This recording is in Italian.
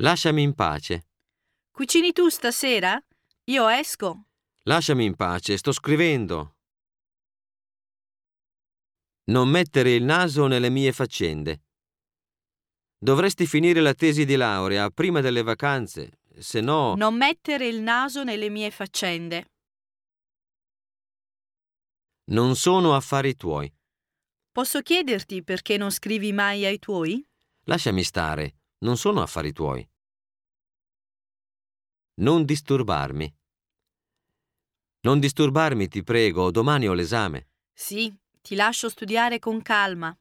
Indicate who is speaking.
Speaker 1: Lasciami in pace.
Speaker 2: Cucini tu stasera? Io esco.
Speaker 1: Lasciami in pace, sto scrivendo. Non mettere il naso nelle mie faccende. Dovresti finire la tesi di laurea prima delle vacanze, se no...
Speaker 2: Non mettere il naso nelle mie faccende.
Speaker 1: Non sono affari tuoi.
Speaker 2: Posso chiederti perché non scrivi mai ai tuoi?
Speaker 1: Lasciami stare, non sono affari tuoi. Non disturbarmi. Non disturbarmi, ti prego, domani ho l'esame.
Speaker 2: Sì, ti lascio studiare con calma.